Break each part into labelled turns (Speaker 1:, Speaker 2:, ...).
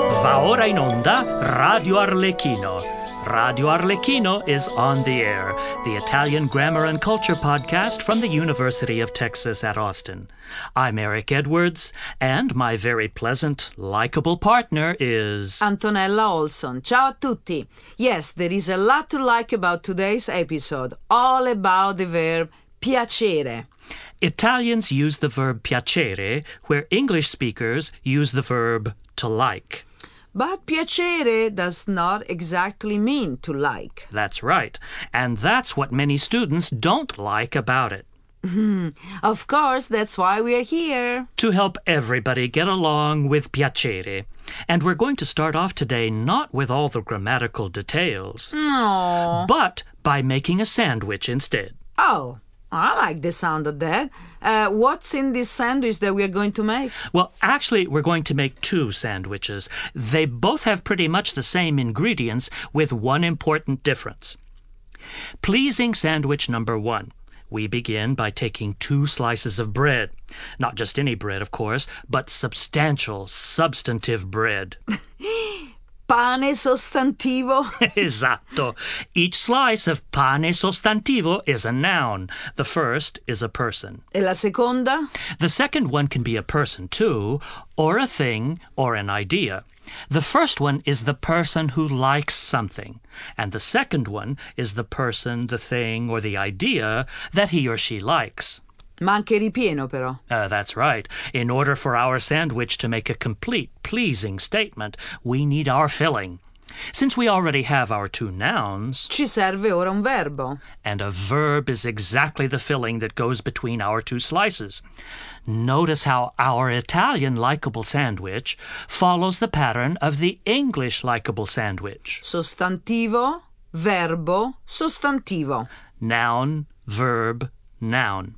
Speaker 1: ora in onda Radio Arlecchino. Radio Arlecchino is on the air, the Italian grammar and culture podcast from the University of Texas at Austin. I'm Eric Edwards, and my very pleasant, likable partner is.
Speaker 2: Um, Antonella Olson. Ciao a tutti. Yes, there is a lot to like about today's episode, all about the verb piacere.
Speaker 1: Italians use the verb piacere, where English speakers use the verb to like.
Speaker 2: But piacere does not exactly mean to like.
Speaker 1: That's right, and that's what many students don't like about it.
Speaker 2: Of course, that's why we are here.
Speaker 1: to help everybody get along with piacere. And we're going to start off today not with all the grammatical details,
Speaker 2: No.
Speaker 1: but by making a sandwich instead.
Speaker 2: Oh, I like the sound of that. Uh, what's in this sandwich that we are going to make?
Speaker 1: Well, actually, we're going to make two sandwiches. They both have pretty much the same ingredients with one important difference. Pleasing sandwich number one. We begin by taking two slices of bread. Not just any bread, of course, but substantial, substantive bread.
Speaker 2: Pane sostantivo.
Speaker 1: Esatto. Each slice of pane e sostantivo is a noun. The first is a person.
Speaker 2: e la seconda?
Speaker 1: The second one can be a person too, or a thing, or an idea. The first one is the person who likes something, and the second one is the person, the thing, or the idea that he or she likes.
Speaker 2: Ma anche ripieno, però.
Speaker 1: Uh, that's right. In order for our sandwich to make a complete, pleasing statement, we need our filling. Since we already have our two nouns,
Speaker 2: Ci serve ora un verbo.
Speaker 1: and a verb is exactly the filling that goes between our two slices. Notice how our Italian likable sandwich follows the pattern of the English likable sandwich
Speaker 2: Sostantivo, verbo, sostantivo.
Speaker 1: noun, verb, noun.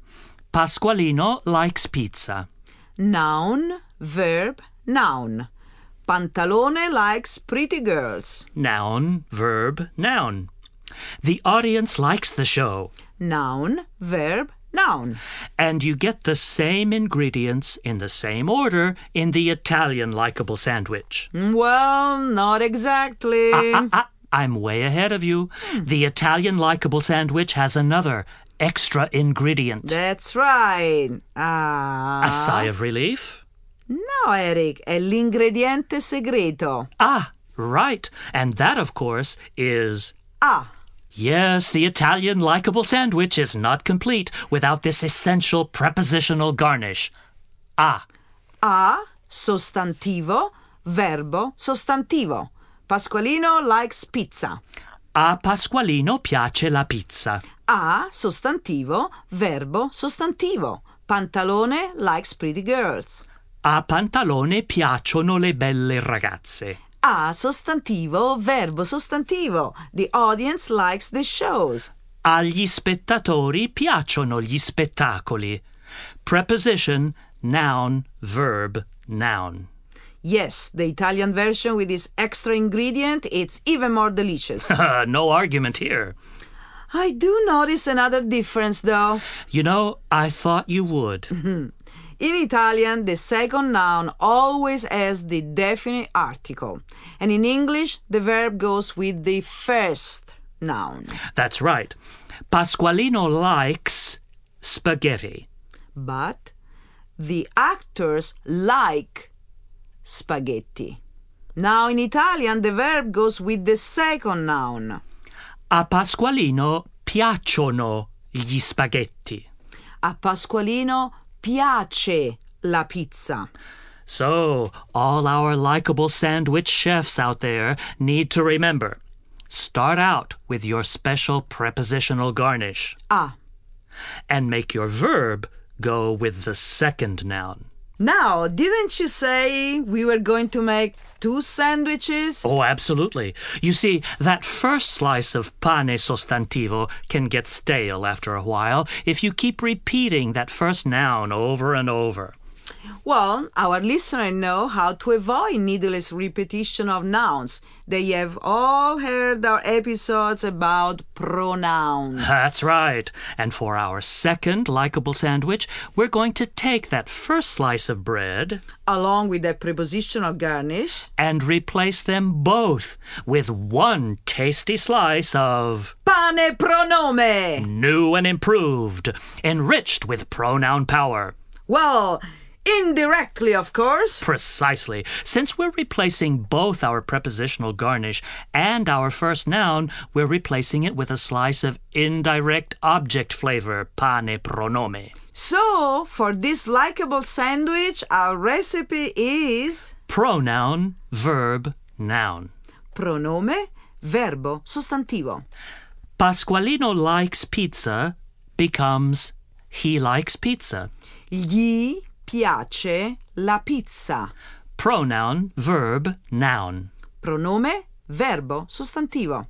Speaker 1: Pasqualino likes pizza.
Speaker 2: Noun, verb, noun. Pantalone likes pretty girls.
Speaker 1: Noun, verb, noun. The audience likes the show,
Speaker 2: Noun, verb, noun.
Speaker 1: and you get the same ingredients in the same order in the Italian likable sandwich.
Speaker 2: Well, not exactly.
Speaker 1: Ah, ah, I'm way ahead of you. The Italian likable sandwich has another extra ingredient.
Speaker 2: That's right. Ah.
Speaker 1: A sigh of relief?
Speaker 2: No, Eric, è l'ingrediente segreto.
Speaker 1: Ah, right. And that, of course, is.
Speaker 2: Ah,
Speaker 1: Yes, the Italian likable sandwich is not complete without this essential prepositional garnish. Ah,
Speaker 2: a, sostantivo, verbo, sostantivo. Pasqualino likes pizza.
Speaker 1: a Pasqualino piace la pizza.
Speaker 2: A, sostantivo, verbo, sostantivo. Pantalone likes pretty girls.
Speaker 1: A Pantalone piacciono le belle ragazze.
Speaker 2: A, sostantivo, verbo, sostantivo. The audience likes the shows.
Speaker 1: Agli spettatori piacciono gli spettacoli. Preposition, noun, verb, noun.
Speaker 2: Yes, the Italian version with this extra ingredient, it's even more delicious.
Speaker 1: Uh, no argument here.
Speaker 2: I do notice another difference though.
Speaker 1: You know, I thought you would.
Speaker 2: In Italian, the second noun always has the definite article, and in English, the verb goes with the first noun.
Speaker 1: That's right. Pasqualino likes spaghetti.
Speaker 2: But the actors like spaghetti. Now, in Italian, the verb goes with the second noun.
Speaker 1: A Pasqualino piacciono gli spaghetti.
Speaker 2: A Pasqualino piace la pizza.
Speaker 1: So, all our likable sandwich chefs out there need to remember start out with your special prepositional garnish.
Speaker 2: Ah,
Speaker 1: and make your verb go with the second noun.
Speaker 2: now, didn't you say we were going to make two sandwiches?
Speaker 1: Oh, absolutely. You see, that first slice of pane sostantivo can get stale after a while if you keep repeating that first noun over and over.
Speaker 2: Well, our listeners know how to avoid needless repetition of nouns. They have all heard our episodes about pronouns.
Speaker 1: That's right. And for our second likable sandwich, we're going to take that first slice of bread
Speaker 2: Along with the prepositional garnish,
Speaker 1: and replace them both with one tasty slice of
Speaker 2: pane pronome.
Speaker 1: new and improved, enriched with pronoun power.
Speaker 2: Well, indirectly, of course.
Speaker 1: Precisely. Since we're replacing both our prepositional garnish and our first noun, we're replacing it with a slice of indirect object flavor, pane pronome.
Speaker 2: So, for this likable sandwich, our recipe is
Speaker 1: Pronoun, verb, noun.
Speaker 2: pronome, verbo, sostantivo.
Speaker 1: Pasqualino likes pizza becomes he likes pizza.
Speaker 2: Gli piace la pizza.
Speaker 1: Pronoun, verb, noun.
Speaker 2: Pronome, verbo, sostantivo.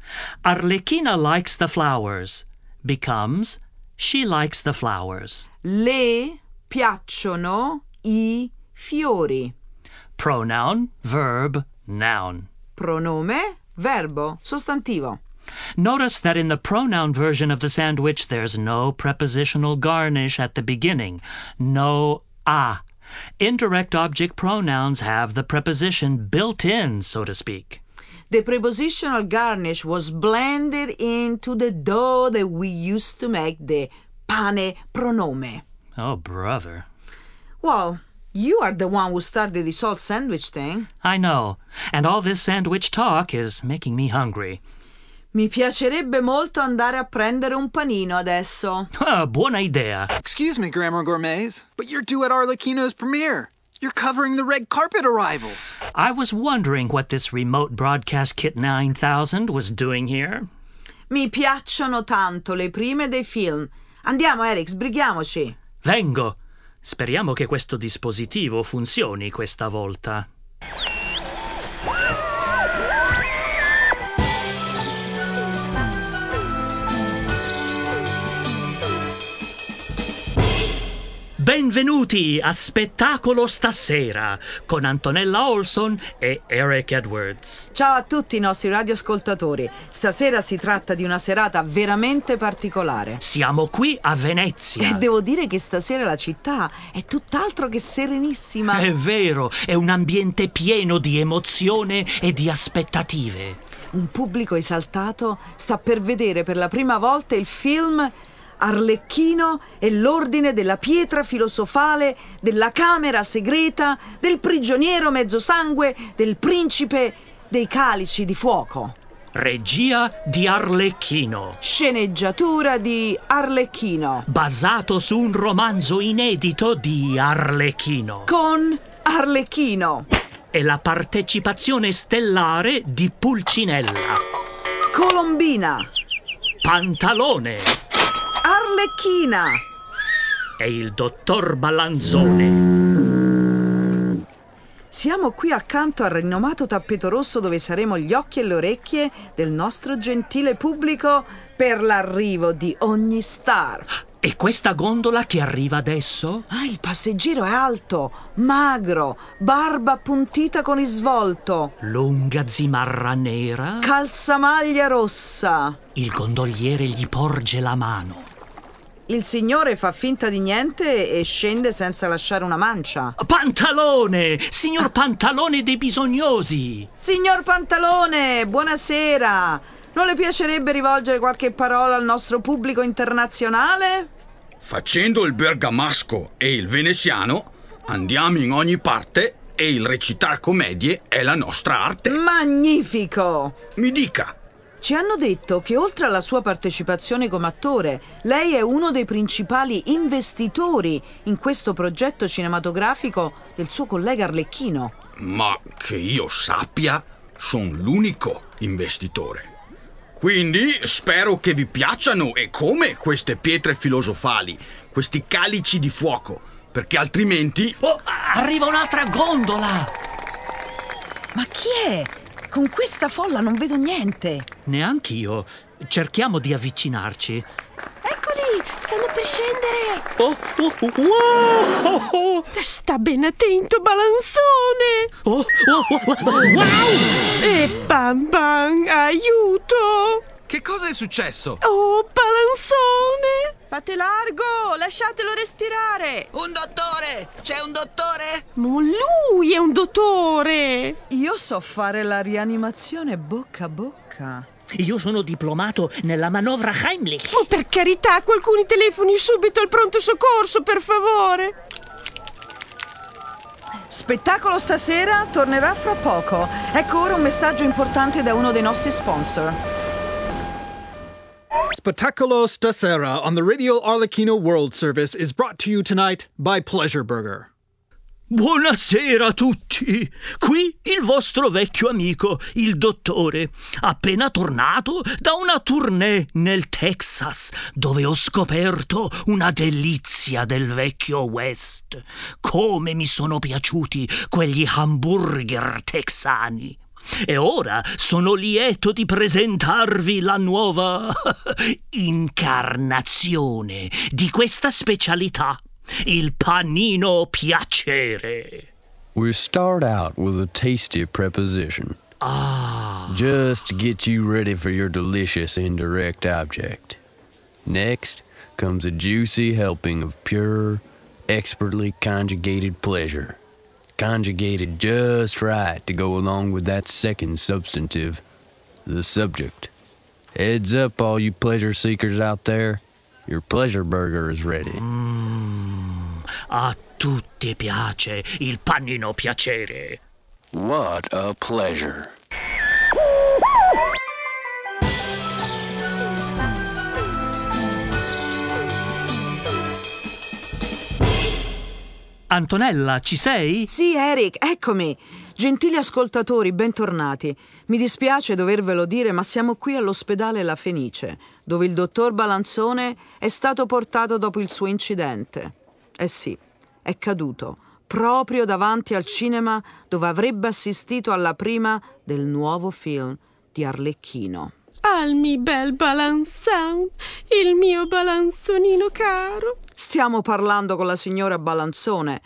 Speaker 1: Arlecchina likes the flowers becomes she likes the flowers.
Speaker 2: Le piacciono i fiori.
Speaker 1: Pronoun, verb, noun.
Speaker 2: Pronome, verbo, sostantivo.
Speaker 1: Notice that in the pronoun version of the sandwich, there's no prepositional garnish at the beginning. No a. Indirect object pronouns have the preposition built in, so to speak.
Speaker 2: The prepositional garnish was blended into the dough that we used to make the pane pronome.
Speaker 1: Oh, brother.
Speaker 2: Well, you are the one who started this whole sandwich thing.
Speaker 1: I know. And all this sandwich talk is making me hungry.
Speaker 2: Mi piacerebbe molto andare a prendere un panino adesso.
Speaker 1: Huh, Oh, buona idea.
Speaker 3: Excuse me, Grammar Gourmets, but you're due at Arlecchino's premiere. You're covering the red carpet arrivals.
Speaker 1: I was wondering what this remote broadcast kit 9000 was doing here.
Speaker 2: Mi piacciono tanto le prime dei film. Andiamo, Eric, sbrighiamoci.
Speaker 1: Vengo. Speriamo che questo dispositivo funzioni questa volta. Benvenuti a Spettacolo stasera con Antonella Olson e Eric Edwards.
Speaker 2: Ciao a tutti i nostri radioascoltatori. Stasera si tratta di una serata veramente particolare.
Speaker 1: Siamo qui a Venezia.
Speaker 2: E devo dire che stasera la città è tutt'altro che serenissima.
Speaker 1: È vero, è un ambiente pieno di emozione e di aspettative.
Speaker 2: Un pubblico esaltato sta per vedere per la prima volta il film Arlecchino e l'ordine della pietra filosofale, della camera segreta, del prigioniero mezzosangue, del principe dei calici di fuoco.
Speaker 1: Regia di Arlecchino,
Speaker 2: Sceneggiatura di Arlecchino
Speaker 1: basato su un romanzo inedito di Arlecchino
Speaker 2: con Arlecchino,
Speaker 1: e la partecipazione stellare di Pulcinella,
Speaker 2: Colombina,
Speaker 1: Pantalone
Speaker 2: Arlecchina.
Speaker 1: e il dottor Balanzone.
Speaker 2: Siamo qui accanto al rinomato tappeto rosso dove saremo gli occhi e le orecchie del nostro gentile pubblico per l'arrivo di ogni star.
Speaker 1: E questa gondola che arriva adesso?
Speaker 2: Ah, il passeggero è alto, magro, barba appuntita con risvolto,
Speaker 1: Lunga zimarra nera,
Speaker 2: calzamaglia rossa.
Speaker 1: il gondoliere gli porge la mano.
Speaker 2: Il signore fa finta di niente e scende senza lasciare una mancia.
Speaker 1: Pantalone! Signor Pantalone dei bisognosi!
Speaker 2: Signor Pantalone, buonasera. Non le piacerebbe rivolgere qualche parola al nostro pubblico internazionale?
Speaker 4: Facendo il bergamasco e il veneziano, andiamo in ogni parte e il recitar commedie è la nostra arte.
Speaker 2: Magnifico!
Speaker 4: Mi dica,
Speaker 2: Ci hanno detto che oltre alla sua partecipazione come attore, lei è uno dei principali investitori in questo progetto cinematografico del suo collega Arlecchino.
Speaker 4: ma che io sappia, sono l'unico investitore. Quindi spero che vi piacciono e come queste pietre filosofali, questi calici di fuoco, perché altrimenti
Speaker 1: Oh, arriva un'altra gondola!
Speaker 2: Ma chi è? Con questa folla non vedo niente.
Speaker 1: Neanch'io. Cerchiamo di avvicinarci.
Speaker 5: Eccoli! Stanno per scendere!
Speaker 1: Oh, oh, oh, wow! Oh, oh,
Speaker 5: Sta ben attento, Balanzone!
Speaker 1: oh, oh, oh, oh, wow!
Speaker 5: E Pam Pam, aiuto!
Speaker 6: Che cosa è successo?
Speaker 5: Oh, Balanzone! Fate largo, lasciatelo respirare!
Speaker 7: Un dottore! C'è un dottore?
Speaker 5: Ma lui è un dottore!
Speaker 2: Io so fare la rianimazione bocca a bocca.
Speaker 1: Io sono diplomato nella manovra Heimlich.
Speaker 5: Oh, per carità, qualcuno telefoni subito al pronto soccorso, per favore!
Speaker 2: Spettacolo stasera tornerà fra poco. Ecco ora un messaggio importante da uno dei nostri sponsor.
Speaker 8: Spectaculo Stasera on the Radio Arlecchino World Service is brought to you tonight by Pleasure Burger.
Speaker 1: Buonasera a tutti! Qui il vostro vecchio amico, il dottore, appena tornato da una tournée nel Texas, dove ho scoperto una delizia del vecchio West. Come mi sono piaciuti quegli hamburger texani! E ora sono lieto di presentarvi la nuova incarnazione di questa specialità, il panino piacere.
Speaker 9: We start out with a tasty preposition. Ah. Just to get you ready for your delicious indirect object. Next comes a juicy helping of pure, expertly conjugated pleasure. Conjugated just right to go along with that second substantive, the subject. Heads up, all you pleasure seekers out there. Your pleasure burger is ready.
Speaker 1: A tutti piace il panino piacere.
Speaker 9: What a pleasure.
Speaker 1: Antonella, ci sei?
Speaker 2: Sì, Eric, eccomi. Gentili ascoltatori, bentornati. Mi dispiace dovervelo dire, ma siamo qui all'ospedale La Fenice, dove il dottor Balanzone è stato portato dopo il suo incidente. Eh sì, è caduto proprio davanti al cinema dove avrebbe assistito alla prima del nuovo film di Arlecchino.
Speaker 5: Al mi bel Balanzone, il mio Balanzonino caro!
Speaker 2: Stiamo parlando con la signora Balanzone.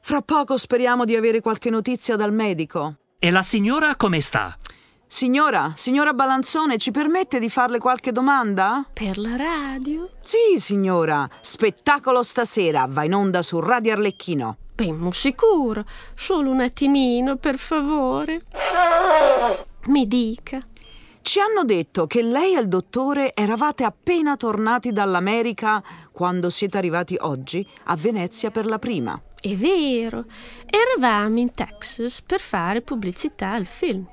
Speaker 2: Fra poco speriamo di avere qualche notizia dal medico.
Speaker 1: E la signora come sta?
Speaker 2: Signora, signora Balanzone, ci permette di farle qualche domanda?
Speaker 5: Per la radio?
Speaker 2: Sì, signora. Spettacolo stasera va in onda su Radio Arlecchino.
Speaker 5: Ben mo sicuro, solo un attimino, per favore. Mi dica,
Speaker 2: Ci hanno detto che lei e il dottore eravate appena tornati dall'America quando siete arrivati oggi a Venezia per la prima.
Speaker 5: è vero, eravamo in Texas per fare pubblicità al film.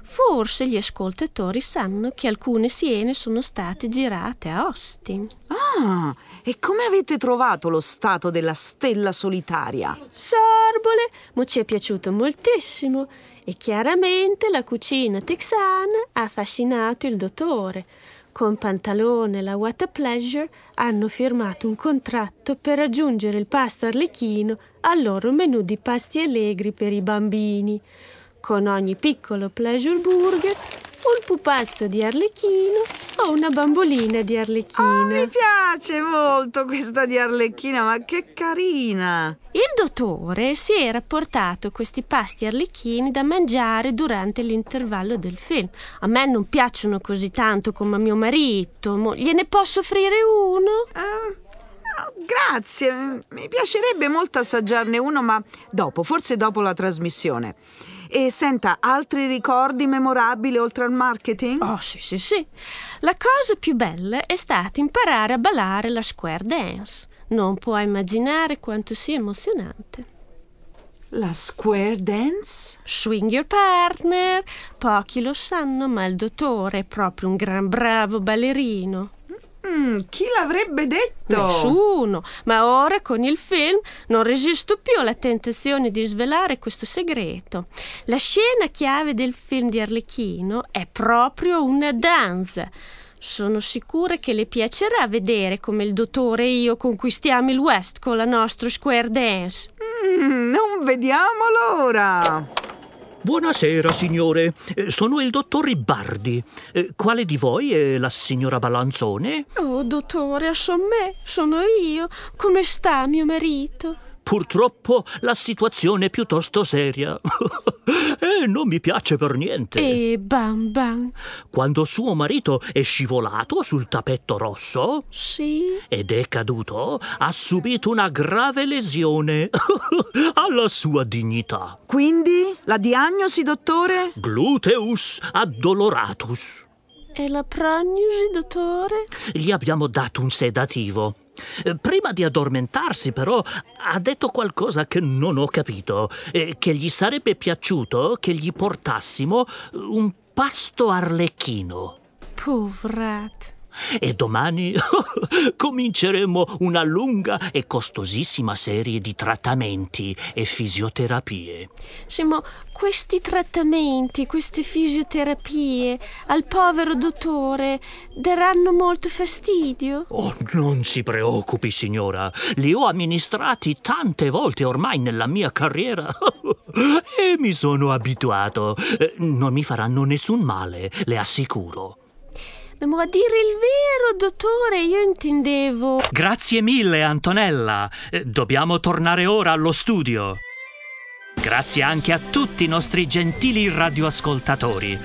Speaker 5: Forse gli ascoltatori sanno che alcune siene sono state girate a Austin.
Speaker 2: Ah, e come avete trovato lo stato della stella solitaria?
Speaker 5: Sorbole, ma ci è piaciuto moltissimo e chiaramente la cucina texana ha affascinato il dottore. Con Pantalone e la What a Pleasure hanno firmato un contratto per aggiungere il pasto arlecchino al loro menù di pasti allegri per i bambini. Con ogni piccolo pleasure burger, un pupazzo di arlecchino o una bambolina di
Speaker 2: Oh,
Speaker 5: arlecchino.
Speaker 2: mi piace molto questa di Arlecchina, ma che carina!
Speaker 5: Il dottore si era portato questi pasti arlecchini da mangiare durante l'intervallo del film. A me non piacciono così tanto come a mio marito, mo- gliene posso offrire uno?
Speaker 2: Ah, grazie, mi piacerebbe molto assaggiarne uno, ma dopo, forse dopo la trasmissione. E senta, altri ricordi memorabili oltre al marketing?
Speaker 5: Oh sì sì sì. La cosa più bella è stata imparare a ballare la square dance. Non puoi immaginare quanto sia emozionante.
Speaker 2: La square dance?
Speaker 5: Swing your partner. Pochi lo sanno, ma il dottore è proprio un gran bravo ballerino.
Speaker 2: Mm, chi l'avrebbe detto?
Speaker 5: Nessuno, ma ora con il film non resisto più alla tentazione di svelare questo segreto. La scena chiave del film di Arlecchino è proprio una danza. Sono sicura che le piacerà vedere come il dottore e io conquistiamo il West con la nostra square dance.
Speaker 2: Mm, non vediamo l'ora!
Speaker 1: Buonasera, signore. Eh, Sono il dottor Ribardi. Eh, Quale di voi è la signora Balanzone?
Speaker 5: Oh, dottore, me, sono io. Come sta mio marito?
Speaker 1: Purtroppo la situazione è piuttosto seria. e non mi piace per niente.
Speaker 5: E bam bam.
Speaker 1: Quando suo marito è scivolato sul tappeto rosso
Speaker 5: Sì.
Speaker 1: ed è caduto, ha subito una grave lesione alla sua dignità.
Speaker 2: Quindi la diagnosi, dottore?
Speaker 1: Gluteus addoloratus.
Speaker 5: E la prognosi, dottore?
Speaker 1: Gli abbiamo dato un sedativo. Eh, Prima di addormentarsi, però, ha detto qualcosa che non ho capito, eh, che gli sarebbe piaciuto che gli portassimo eh, un pasto arlecchino.
Speaker 5: Povrat.
Speaker 1: E domani cominceremo una lunga e costosissima serie di trattamenti e fisioterapie.
Speaker 5: Simo, questi trattamenti, queste fisioterapie al povero dottore daranno molto fastidio?
Speaker 1: Oh, non si preoccupi, signora. Li ho amministrati tante volte ormai nella mia carriera. e mi sono abituato. Eh, Non mi faranno nessun male, le assicuro.
Speaker 5: Ma a dire il vero, dottore, io intendevo.
Speaker 1: Grazie mille, Antonella. Eh, Dobbiamo tornare ora allo studio. Grazie anche a tutti i nostri gentili radioascoltatori.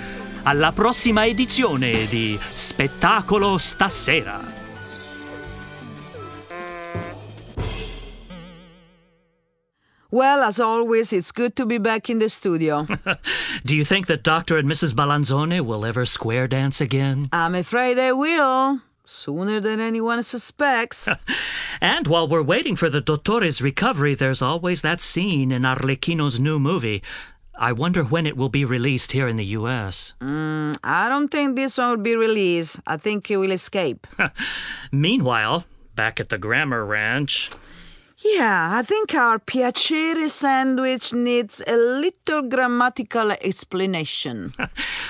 Speaker 1: Alla prossima edizione di Spettacolo Stasera.
Speaker 2: Well, as always, it's good to be back in the studio.
Speaker 1: Do you think that Dr. and Mrs. Balanzone will ever square dance again?
Speaker 2: I'm afraid I will. Sooner than anyone suspects.
Speaker 1: And while we're waiting for the Dottore's recovery, there's always that scene in Arlecchino's new movie. I wonder when it will be released here in the US.
Speaker 2: I don't think this one will be released. I think he will escape.
Speaker 1: Meanwhile, back at the Grammar Ranch.
Speaker 2: Yeah, I think our piacere sandwich needs a little grammatical explanation.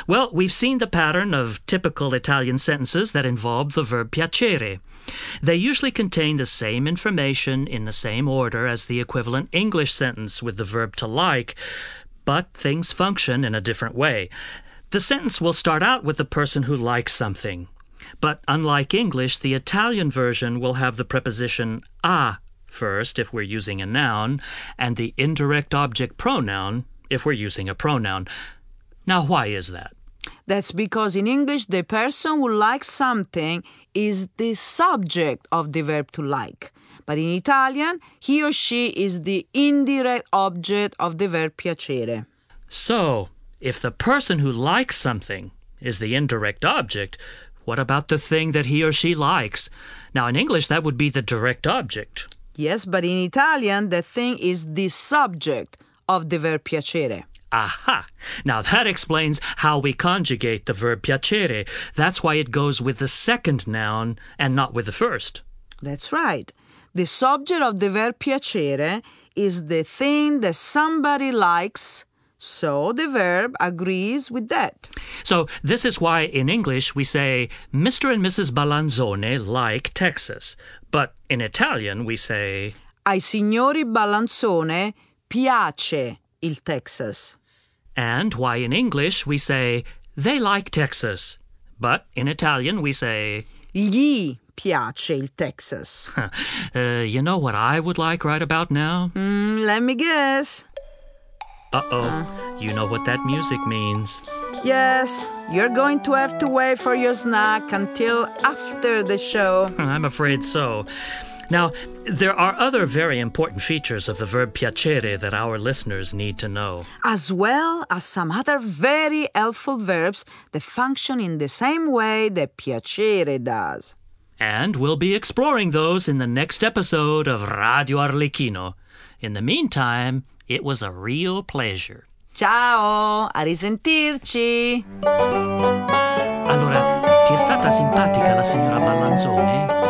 Speaker 1: Well, we've seen the pattern of typical Italian sentences that involve the verb piacere. They usually contain the same information in the same order as the equivalent English sentence with the verb to like, but things function in a different way. The sentence will start out with the person who likes something, but unlike English, the Italian version will have the preposition a first if we're using a noun, and the indirect object pronoun if we're using a pronoun. Now, why is that?
Speaker 2: That's because in English, the person who likes something is the subject of the verb to like. But in Italian, he or she is the indirect object of the verb piacere.
Speaker 1: So, if the person who likes something is the indirect object, what about the thing that he or she likes? Now, in English, that would be the direct object.
Speaker 2: Yes, but in Italian, the thing is the subject of the verb piacere.
Speaker 1: Aha! Now that explains how we conjugate the verb piacere. That's why it goes with the second noun and not with the first.
Speaker 2: That's right. The subject of the verb piacere is the thing that somebody likes, so the verb agrees with that.
Speaker 1: So, this is why in English we say, Mr. and Mrs. Balanzone like Texas. But in Italian we say,
Speaker 2: Ai signori Balanzone piace il Texas.
Speaker 1: and why in English we say, they like Texas. But in Italian we say,
Speaker 2: Gli piace il Texas.
Speaker 1: huh, uh, you know what I would like right about now?
Speaker 2: Mm, let me guess.
Speaker 1: Uh oh, you know what that music means.
Speaker 2: Yes, you're going to have to wait for your snack until after the show.
Speaker 1: I'm afraid so. Now, there are other very important features of the verb piacere that our listeners need to know.
Speaker 2: as well as some other very helpful verbs that function in the same way that piacere does.
Speaker 1: And we'll be exploring those in the next episode of Radio Arlecchino. In the meantime, it was a real pleasure.
Speaker 2: Ciao, a risentirci!
Speaker 1: Allora, ti è stata simpatica la signora Ballanzone?
Speaker 2: Ah,